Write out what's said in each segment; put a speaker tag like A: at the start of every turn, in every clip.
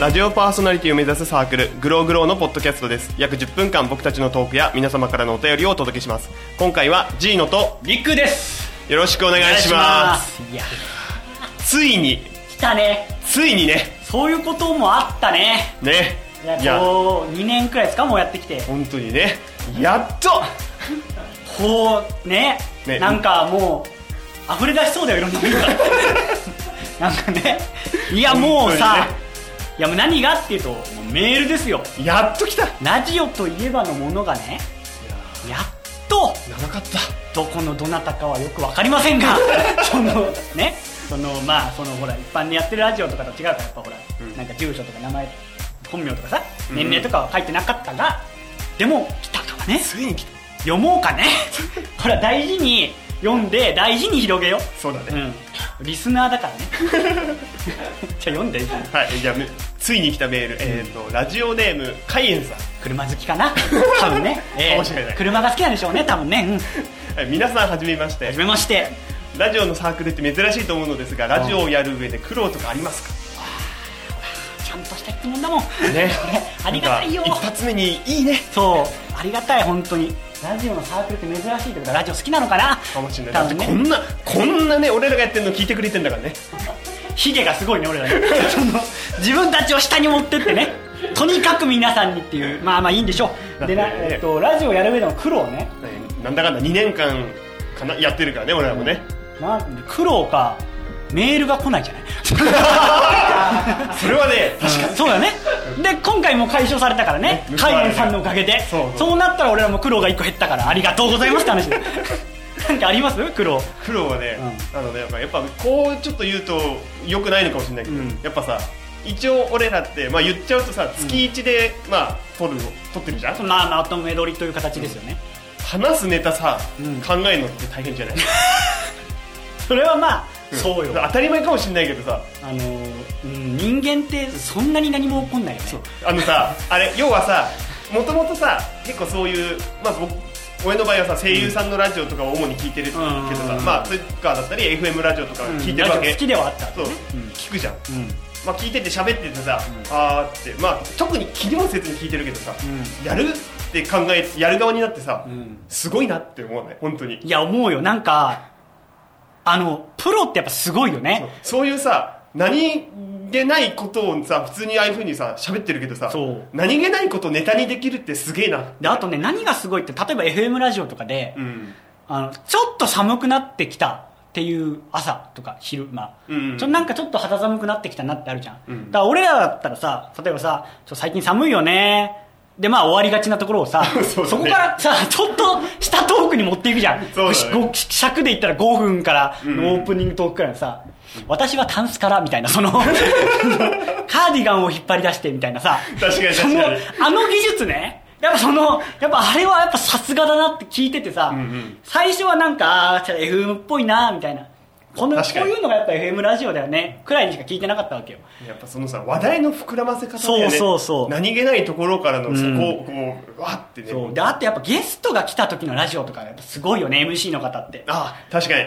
A: ラジオパーソナリティを目指すサークルグローグローのポッドキャストです約10分間僕たちのトークや皆様からのお便りをお届けします今回はジーノと
B: リックです
A: よろしくお願いします
B: いや
A: ついに
B: 来たね
A: ついにね
B: そういうこともあったね
A: ね
B: いやこう2年くらいですかもうやってきて
A: 本当にねやっと
B: こうね
A: ね
B: なんかもう溢れ出しそうだよいろんなもの がなんかねいやもう
A: 本
B: さ、
A: 当にね
B: いやもう何がっていうともうメールですよ
A: やっと来た
B: ラジオといえばのものがねやっと
A: 長かった
B: どこのどなたかはよく分かりませ んがそのねそのまあそのほら一般でやってるラジオとかと違うからやっぱほら、
A: ん
B: なんか住所とか名前本名とかさ
A: うん
B: 年齢とかは書いてなかったが、でも来たからね
A: ついに来た
B: 読もうかね ほら大事に読んで大事に広げよ
A: そうだ
B: う、う
A: ね、
B: ん、リスナーだか らねじゃあ読んで
A: はいじゃあめついに来たメール、えっ、とラジオネームカイエンさん
B: 車好き かな多分ね、えー
A: かもしれない
B: 車が好きなんでしょうね多分ね、うん、
A: はい皆さんはじめまして
B: 初めまして
A: ラジオのサークルって珍しいと思うのですがラジオをやる上で苦労とかありますか
B: ちゃんとした質問だ もん
A: ね
B: ありがたいよ
A: なんか一発目にいいね
B: そうありがたい本当にラジオのサークルって珍しいってことはラジオ好きなのかな
A: かもしれない
B: 多
A: だって
B: 分
A: こん
B: ね
A: なこんなね俺らがやってるの聞いてくれてんだからね
B: ヒゲがすごいね俺らねその自分たちを下に持ってって ねとにかく皆さんにっていうまあまあいいんでしょうでな、
A: だってね
B: えっとラジオやる上での苦労ね
A: ねなんだかんだ2年間かなやってるからね俺らもね、
B: なん苦労かメールが来ないじゃ ない
A: それはね確か
B: そうだねで今回も解消されたからね
A: ね
B: 海援さんのおかげで
A: そうそう
B: なったら俺らも苦労が1個減ったからありがとうございますって話で なんかあります苦労
A: 苦労はね、あのねやっぱやっぱこうちょっと言うとよくないのかもしれないけど、
B: うん
A: やっぱさ一応俺らって、まあ、言っちゃうとさ月1で、まあ撮る撮ってるじゃん
B: まあまとめ撮りという形ですよね、
A: 話すネタさ、
B: うん
A: 考えるのって大変じゃない
B: それはまあ、 そうよ
A: 当たり前かもしれないけどさ
B: あのーうん、人間ってそんなに何も起こんないよね
A: あのさあれ要はさもともとさ結構そういうまあ僕俺の場合はさ声優さんのラジオとかを主に聞いてるけど
B: うん
A: さ、
B: うん
A: まあツイッカーだったり FM ラジオとか
B: うん
A: 聞いてるわ
B: ラジオ
A: け、
B: 好きではあった
A: そう、
B: ん
A: 聞くじゃん、
B: うん
A: まあ、聞いてて喋っててさ、あーってまあ特に切りもせずに聞いてるけどさ、
B: う
A: やるって考えやる側になってさ、
B: ん
A: すごいなって思わない本当に
B: いや思うよなんかあのプロってやっぱすごいよ
A: そう
B: ね
A: そういうさ何気ないことをさ普通にああいうふうにさ喋ってるけどさ
B: そう
A: 何気ないことをネタにできるってすげえな
B: であとね何がすごいって例えば FM ラジオとかで、
A: うん
B: あのちょっと寒くなってきたっていう朝とか昼間、
A: うん
B: ちょなんかちょっと肌寒くなってきたなってあるじゃん、
A: うん
B: だから俺らだったらさ例えばさちょ最近寒いよねでまあ終わりがちなところをさ
A: そうだね
B: こからさちょっとしたトークに持っていくじゃん、
A: そうだね
B: ご尺で言ったら5分から
A: うん
B: のオープニングトークくらいのさ、私はタンスからみたい なそのカーディガンを引っ張り出してみたいなさ
A: 確かに
B: そ
A: 確
B: の
A: かに
B: あの技術ねやっぱそのやっぱあれはやっぱさすがだなって聞いててさ、
A: うんうん
B: 最初はなんかあーちょっと FM っぽいなみたいなこのこ
A: 確かに
B: ういうのがやっぱ FM ラジオだよねくらいにしか聞いてなかったわけよ
A: やっぱそのさ話題の膨らませ方だよね
B: そうそうそう
A: 何気ないところからのそこ
B: うん
A: をこうわってね
B: そうであとやっぱゲストが来た時のラジオとかやっぱすごいよね MC の方って
A: あ確かに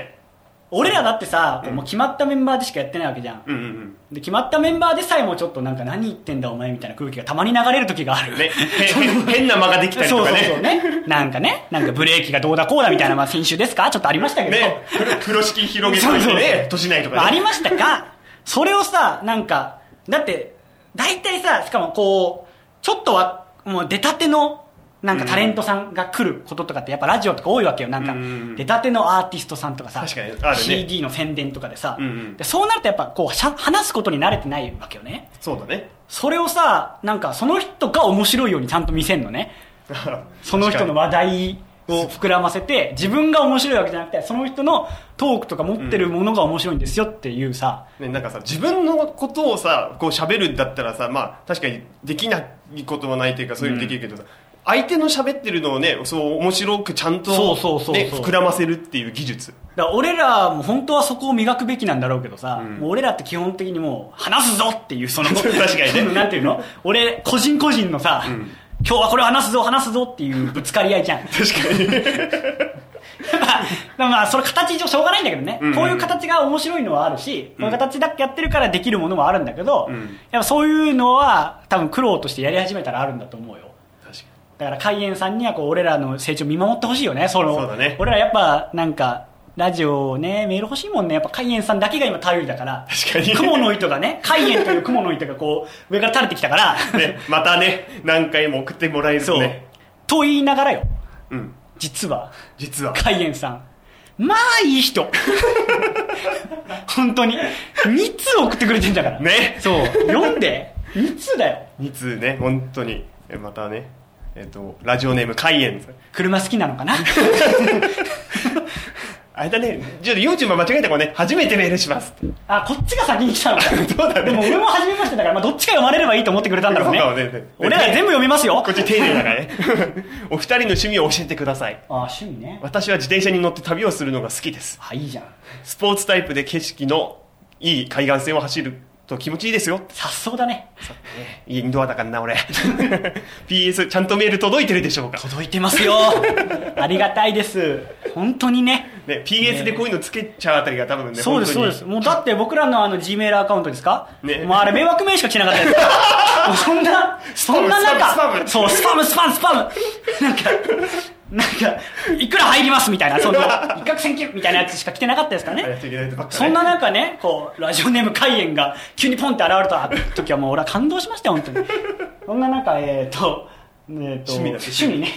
B: 俺らだってさ、こうもう決まったメンバーでしかやってないわけじゃん、
A: うんうん
B: で決まったメンバーでさえもちょっとなんか何言ってんだお前みたいな空気がたまに流れる時があ
A: う
B: る
A: ん ね変変な間ができたりと
B: そう
A: か
B: そう
A: ね
B: そうねなんかねなんかブレーキがどうだこうだみたいな、まあ、先週ですかちょっとありましたけど、
A: ね風呂風呂敷広げといてね年ないとかね
B: まあ、ありましたがそれをさなんかだって大体さしかもこうちょっとはもう出たてのなんかタレントさんが来ることとかってやっぱラジオとか多いわけよなんか
A: うん
B: 出たてのアーティストさんとかさ
A: 確かにあるね
B: CD の宣伝とかでさ、
A: うんうん
B: でそうなるとやっぱこうしゃ話すことに慣れてないわけよね
A: そうだね
B: それをさなんかその人が面白いようにちゃんと見せんのね その人の話題を膨らませて自分が面白いわけじゃなくてその人のトークとか持ってるものが面白いんですよっていうさ、
A: ね、なんかさ自分のことをさこう喋るんだったらさまあ確かにできないことはないというかそういうのできるけどさ、相手の喋ってるのをねそう面白くちゃんと、ね、
B: そうそうそうそう
A: 膨らませるっていう技術
B: だから俺らも本当はそこを磨くべきなんだろうけどさ、
A: ん
B: もう俺らって基本的にもう話すぞっていうその
A: 確かにね
B: そのなんていうの俺個人個人のさ、今日はこれ話すぞ話すぞっていうぶつかり合いじゃん
A: 確かに
B: やっぱでも まあ、それ形上しょうがないんだけどね、
A: うんうん
B: こういう形が面白いのはあるし、こういう形だけやってるからできるものもあるんだけど、
A: うん
B: やっぱそういうのは多分苦労としてやり始めたらあるんだと思うよ。
A: 確かに
B: だから海燕さんにはこう俺らの成長見守ってほしいよねその
A: そうだね
B: 俺らやっぱなんかラジオねメール欲しいもんねやっぱ海燕さんだけが今頼りだから
A: 確かに
B: 雲の糸がね 海燕という雲の糸がこう上から垂れてきたから、
A: ね、またね何回も送ってもらえる
B: そ
A: と
B: う、
A: ね
B: と言いながらよ
A: うん
B: 実は
A: 実は
B: 海燕さんまあ いい人本当に2通送ってくれてんだから
A: ね
B: そう読んで2通だよ
A: 2通ね本当にえまたねえっとラジオネーム海燕さん
B: 車好きなのかな
A: あれだねちょっと YouTube 間違えたからね初めてメールしますって
B: あこっちが先に来たのか
A: そうだね
B: でも俺も初めましてだから、まあ、どっちか読まれればいいと思ってくれたんだろうね
A: そうかもね
B: 俺ら全部読みますよ
A: こっち丁寧だからね お二人の趣味を教えてください
B: あ趣味ね
A: 私は自転車に乗って旅をするのが好きです
B: あいいじゃん
A: スポーツタイプで景色のいい海岸線を走ると気持ちいいですよ
B: さっそうだね
A: いやインドアだからな俺 PS ちゃんとメール届いてるでしょうか、
B: 届いてま すよありがたいです本当にね
A: ね、PS でこういうのつけちゃうあたりが多分ね
B: そうですそう
A: 本
B: で
A: 当に
B: すもうだって僕らのあの G メールアカウントですか、
A: ね
B: もうあれ迷惑メールしか来てなかった ですもうそんなそんな中
A: スパムスパムスパム
B: そうスパムスパムスパムなんかなんかいくら入りますみたいなその一攫千金みたいなやつしか来てなかったですからね
A: あやっていけないとばっかね
B: そんな中ね、こう、ラジオネーム海燕が急にポンって現れた時はもう俺は感動しましたよ、本当に。そんな中、えっ、と、えーと
A: 趣味だ
B: 趣味ね。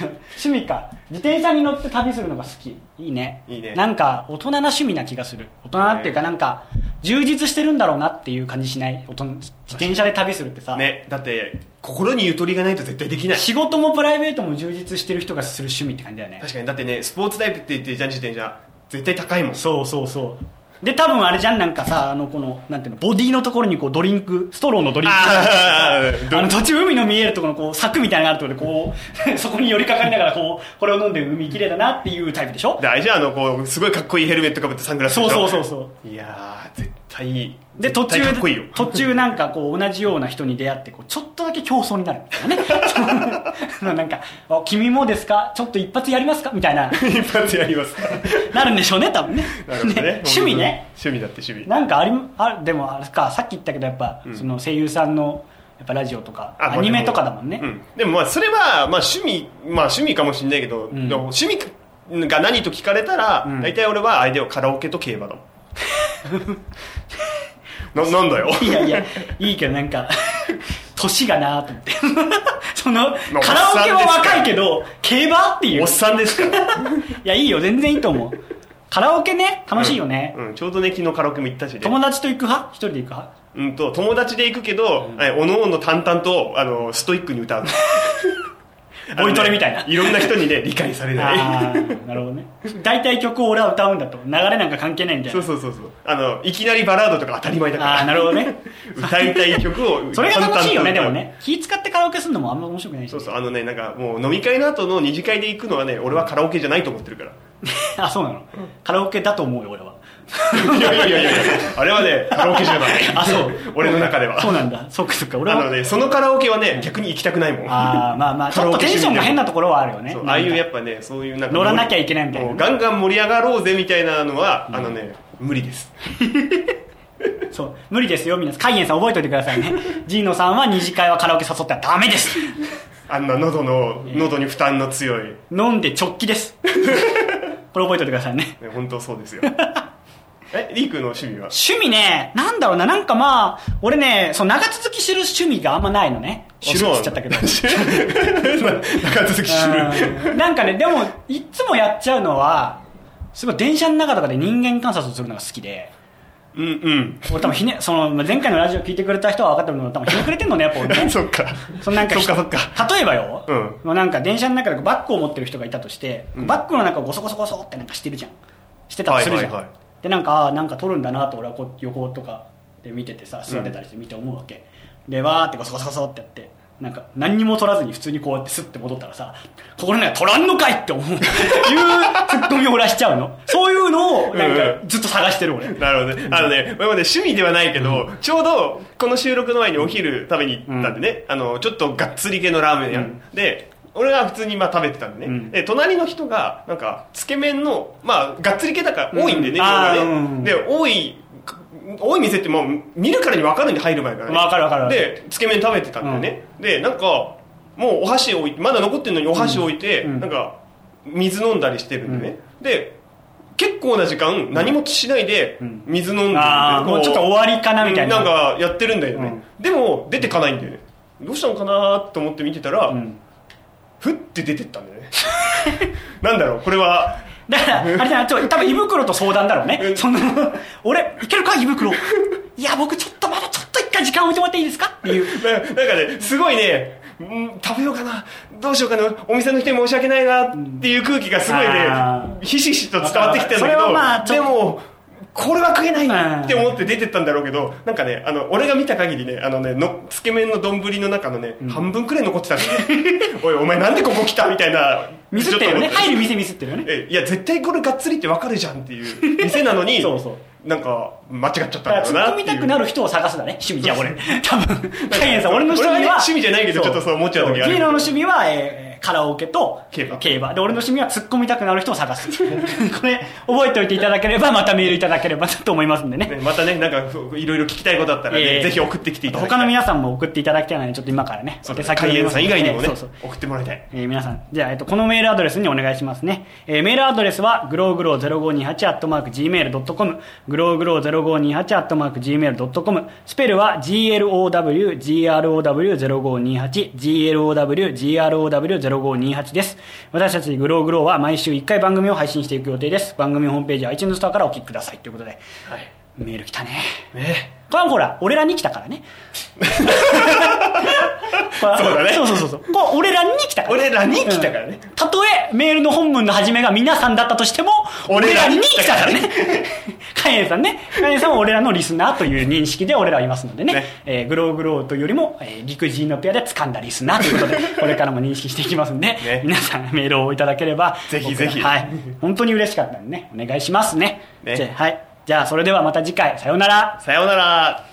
B: 趣味か。自転車に乗って旅するのが好き。いいね。
A: いいね
B: なんか、大人な趣味な気がする。大人っていうか、なんか、充実してるんだろうなっていう感じしない。大人自転車で旅するってさ、
A: ねだって心にゆとりがないと絶対できない
B: 仕事もプライベートも充実してる人がする趣味って感じだよね。
A: 確かにだってねスポーツタイプって言ってじゃん自転車絶対高いもん
B: そうそうそうで多分あれじゃんなんかさあのこのなんていうのボディのところにこうドリンクストローのドリンク
A: あ ー
B: あの途中海の見えるところのこう柵みたいなのがあるところでこう そこに寄りかかりながらこうこれを飲んで海綺麗だなっていうタイプでしょ
A: であれじゃんあのこうすごいかっこいいヘルメットかぶってサングラス
B: そうそうそう
A: う
B: そ
A: いやー絶対いいう
B: で途中
A: 絶対かっこいいよ
B: 途中なんかこう同じような人に出会ってこうちょっとだけ競争になるみたいなねその なんかあ「君もですかちょっと一発やりますか?」みたい な
A: 一発やりますから
B: なるんでし ょうね多分ね
A: なるほどね
B: ね趣味ね
A: 趣味だって趣味
B: なんかありあでもあれかさっき言ったけどやっぱ、
A: ん
B: その声優さんのやっぱラジオとか
A: あ
B: アニメとかだもんね、
A: うでもまあそれは、まあ、趣味、まあ、趣味かもしれないけど、
B: ん
A: でも趣味が何と聞かれたら、
B: ん
A: 大体俺は相手をカラオケと競馬だもん ななん だよ
B: いやいやいいけどなんか 年がなと思って その
A: まあ
B: カラオケは
A: おっさんですから
B: 若いけど競馬っていう
A: お
B: い
A: っさんですから、
B: やいいよ全然いいと思うカラオケね楽しいよね、
A: うん、ちょうどね昨日カラオケも行ったしね
B: 友達と行く派一人で行く派
A: うんと友達で行くけど、えおのおの淡々とあのストイックに歌うあのね
B: ボイトレみたいない
A: ろんな人 にね理解されない
B: ああーなるほどね大体曲を俺は歌うんだと流れなんか関係ないみた い
A: そう
B: な
A: そうそうそうあのいきなりバラードとか当たり前だから
B: ああーなるほど ね
A: 歌いたい曲を
B: それが楽しいよね
A: 淡々と歌
B: で
A: う
B: もね気使ってカラオケするのもあんま面白くないし
A: そうそうあのねなんかもう飲み会の後の二次会で行くのはね俺はカラオケじゃないと思ってる から
B: あそうなの、カラオケだと思うよ俺はい
A: やいやいやいやあれはねカラオケじゃない
B: あそう
A: 俺の中では
B: そうなんだそっかそっか俺
A: あ
B: は
A: のねそのカラオケはね逆に行きたくないもん
B: ああまあまあちょっとテンションが変なところはあるよね
A: そうああいうや
B: っ
A: っぱねそういうなんか
B: 乗らなきゃいけないみたいな
A: もうガンガン盛り上がろうぜみたいなのは、あのね無理です
B: そう無理ですよ皆さん海燕さん覚えておいてくださ いねジーノさんは二次会はカラオケ誘ったらダメです
A: あんな喉の喉に負担の強い、ね、
B: 飲んで直帰です これ覚えておいてくださいね
A: 本当そう ですよえリークの趣味は
B: 趣味ねなんだろうななんかまあ俺ねそう長続きする趣味があんまないのね
A: 知
B: 知
A: る
B: るっ
A: わ
B: つっちゃったけど
A: 中続き 知る
B: うんなんかねでもいつもやっちゃうのはすごい電車の中とかで人間観察をするのが好きで
A: うんうん
B: 俺多分ひねそのまあ前回のラジオ聞いてくれた人は分かってるの多分ひねくれてんのねやっぱ俺ね
A: そっか
B: そのなんか
A: そっかそっか
B: 例えばよ、
A: うん
B: もうなんか電車の中でこうバッグを持ってる人がいたとして、バッグの中をゴソゴソゴソってなんかしてるじゃんしてたとするじゃん、
A: はいはいはい
B: でなんかあーなんか取るんだなと俺はこう横とかで見ててさ座ってたりして見て思うわけ、でわーってゴソゴソゴソってやってなんか何にも取らずに普通にこうやってスッて戻ったらさ心の中で取らんのかいって思ういうツッコミを俺はしちゃうのそういうのをなんかずっと探してる俺
A: なるほどね。あのね、俺もね、趣味ではないけど、ちょうど、この収録の前にお昼食べに行ったんでね、あの、ちょっとがっつり系のラーメン屋、
B: うん
A: で、俺は普通にまあ食べてたんでね、
B: うん
A: で隣の人がなんかつけ麺のまあがっつり系だから多いんでね、
B: うんあー
A: 量がね
B: うん
A: で多い多い店ってもう見るからに分かるんで入る前からね
B: わかるわかる
A: でつけ麺食べてたんだよね、でなんかもうお箸置いてまだ残ってるのにお箸置いて、
B: うんうん
A: なんか水飲んだりしてるんでね、で結構な時間何もしないで
B: うん
A: 水飲んでるんで、
B: ああ
A: こ
B: もうちょっと終わりかなみたいな,、
A: うんなんかやってるんだよね、でも出てかないんだよねどうしたのかなと思って見てたら、
B: うん
A: ふって出てったんだよね なんだろうこれは
B: だから、あれだな、ちょ、多分胃袋と相談だろうね。その、俺、いけるか胃袋。いや、僕ちょっとまだちょっと一回時間置いてもらっていいですかっていう。
A: ななんかねすごいねうん食べようかなどうしようかなお店の人に申し訳ないなっていう空気がすごい
B: あ
A: ねひしひしと伝わってきてんだけど
B: それはまあちょ
A: でもこれは食えない
B: うん
A: って思って出てったんだろうけどなんかねあの俺が見た限りねあのねのつけ麺の丼の中のね、半分くらい残ってたんだよ おいお前なんでここ来たみたいな
B: ミスってるよ
A: ち
B: ね。
A: ょっと思
B: 入る店ミスってるよね。
A: えいや絶対これがっつりってわかるじゃんっていう店なのに
B: そうそ
A: なんか間違っちゃったん
B: だか
A: だ
B: ら、
A: ろうな
B: 突っ込
A: って
B: み
A: いう
B: たくなる人を探すだね。趣味じゃん、俺。多分、カイエンさん、 俺の趣
A: 俺は
B: 味は。
A: ね趣味じゃないけどちょっとそう思っちゃう時ある
B: ヒーローの趣味は、えーカラオケと
A: 競馬
B: 競馬。で、俺の趣味は突っ込みたくなる人を探す。 これ、覚えておいていただければ、またメールいただければなと思いますんでね。
A: ねまたねなんかふいろいろ聞きたいことあったらね、
B: ええ
A: ぜひ送ってきていただきた
B: 他
A: い
B: の皆さんも送っていただきたいので、ちょっと今からね、
A: そう
B: お手
A: だね
B: 先を
A: 海
B: 言い
A: 燕
B: ます
A: さん以外にもね、
B: えーそうそう
A: 送ってもらいたい
B: えー皆さん、じゃあ、えっと、このメールアドレスにお願いしますね。えーメールアドレスは、グローグロー 0528-gmail.com、グローグロー 0528-gmail.com、スペルは glowgrow0528、glowgrow0528 です。私たちグローグローは毎週1回番組を配信していく予定です。番組ホームページは iTunes ストアからお聞きください。ということで、
A: はい
B: メール来たね。
A: ね
B: これはほら、俺らに来たからね。そう
A: だね
B: そうそうそうそう。これ俺らに来たから、
A: 俺らに来たからね
B: うんたとえメールの本文の始めが皆さんだったとしても、
A: 俺
B: 俺
A: ら
B: ら
A: に
B: に
A: 来
B: 来
A: た
B: た
A: か
B: からら
A: ね
B: ね。カエンさんね。カエンさんは俺らのリスナーという認識で俺らはいますのでね。
A: ね
B: えーグローグローというよりも、えー、陸人のペアで掴んだリスナーということ で、これからも認識していきますんで、
A: ね
B: 皆さんメールをいただければ、
A: ぜひぜひ
B: 僕らはい。本当に嬉しかったんでね、お願いしますね。
A: ね
B: じゃあはい。じゃあ、それではまた次回、さようなら。
A: さようなら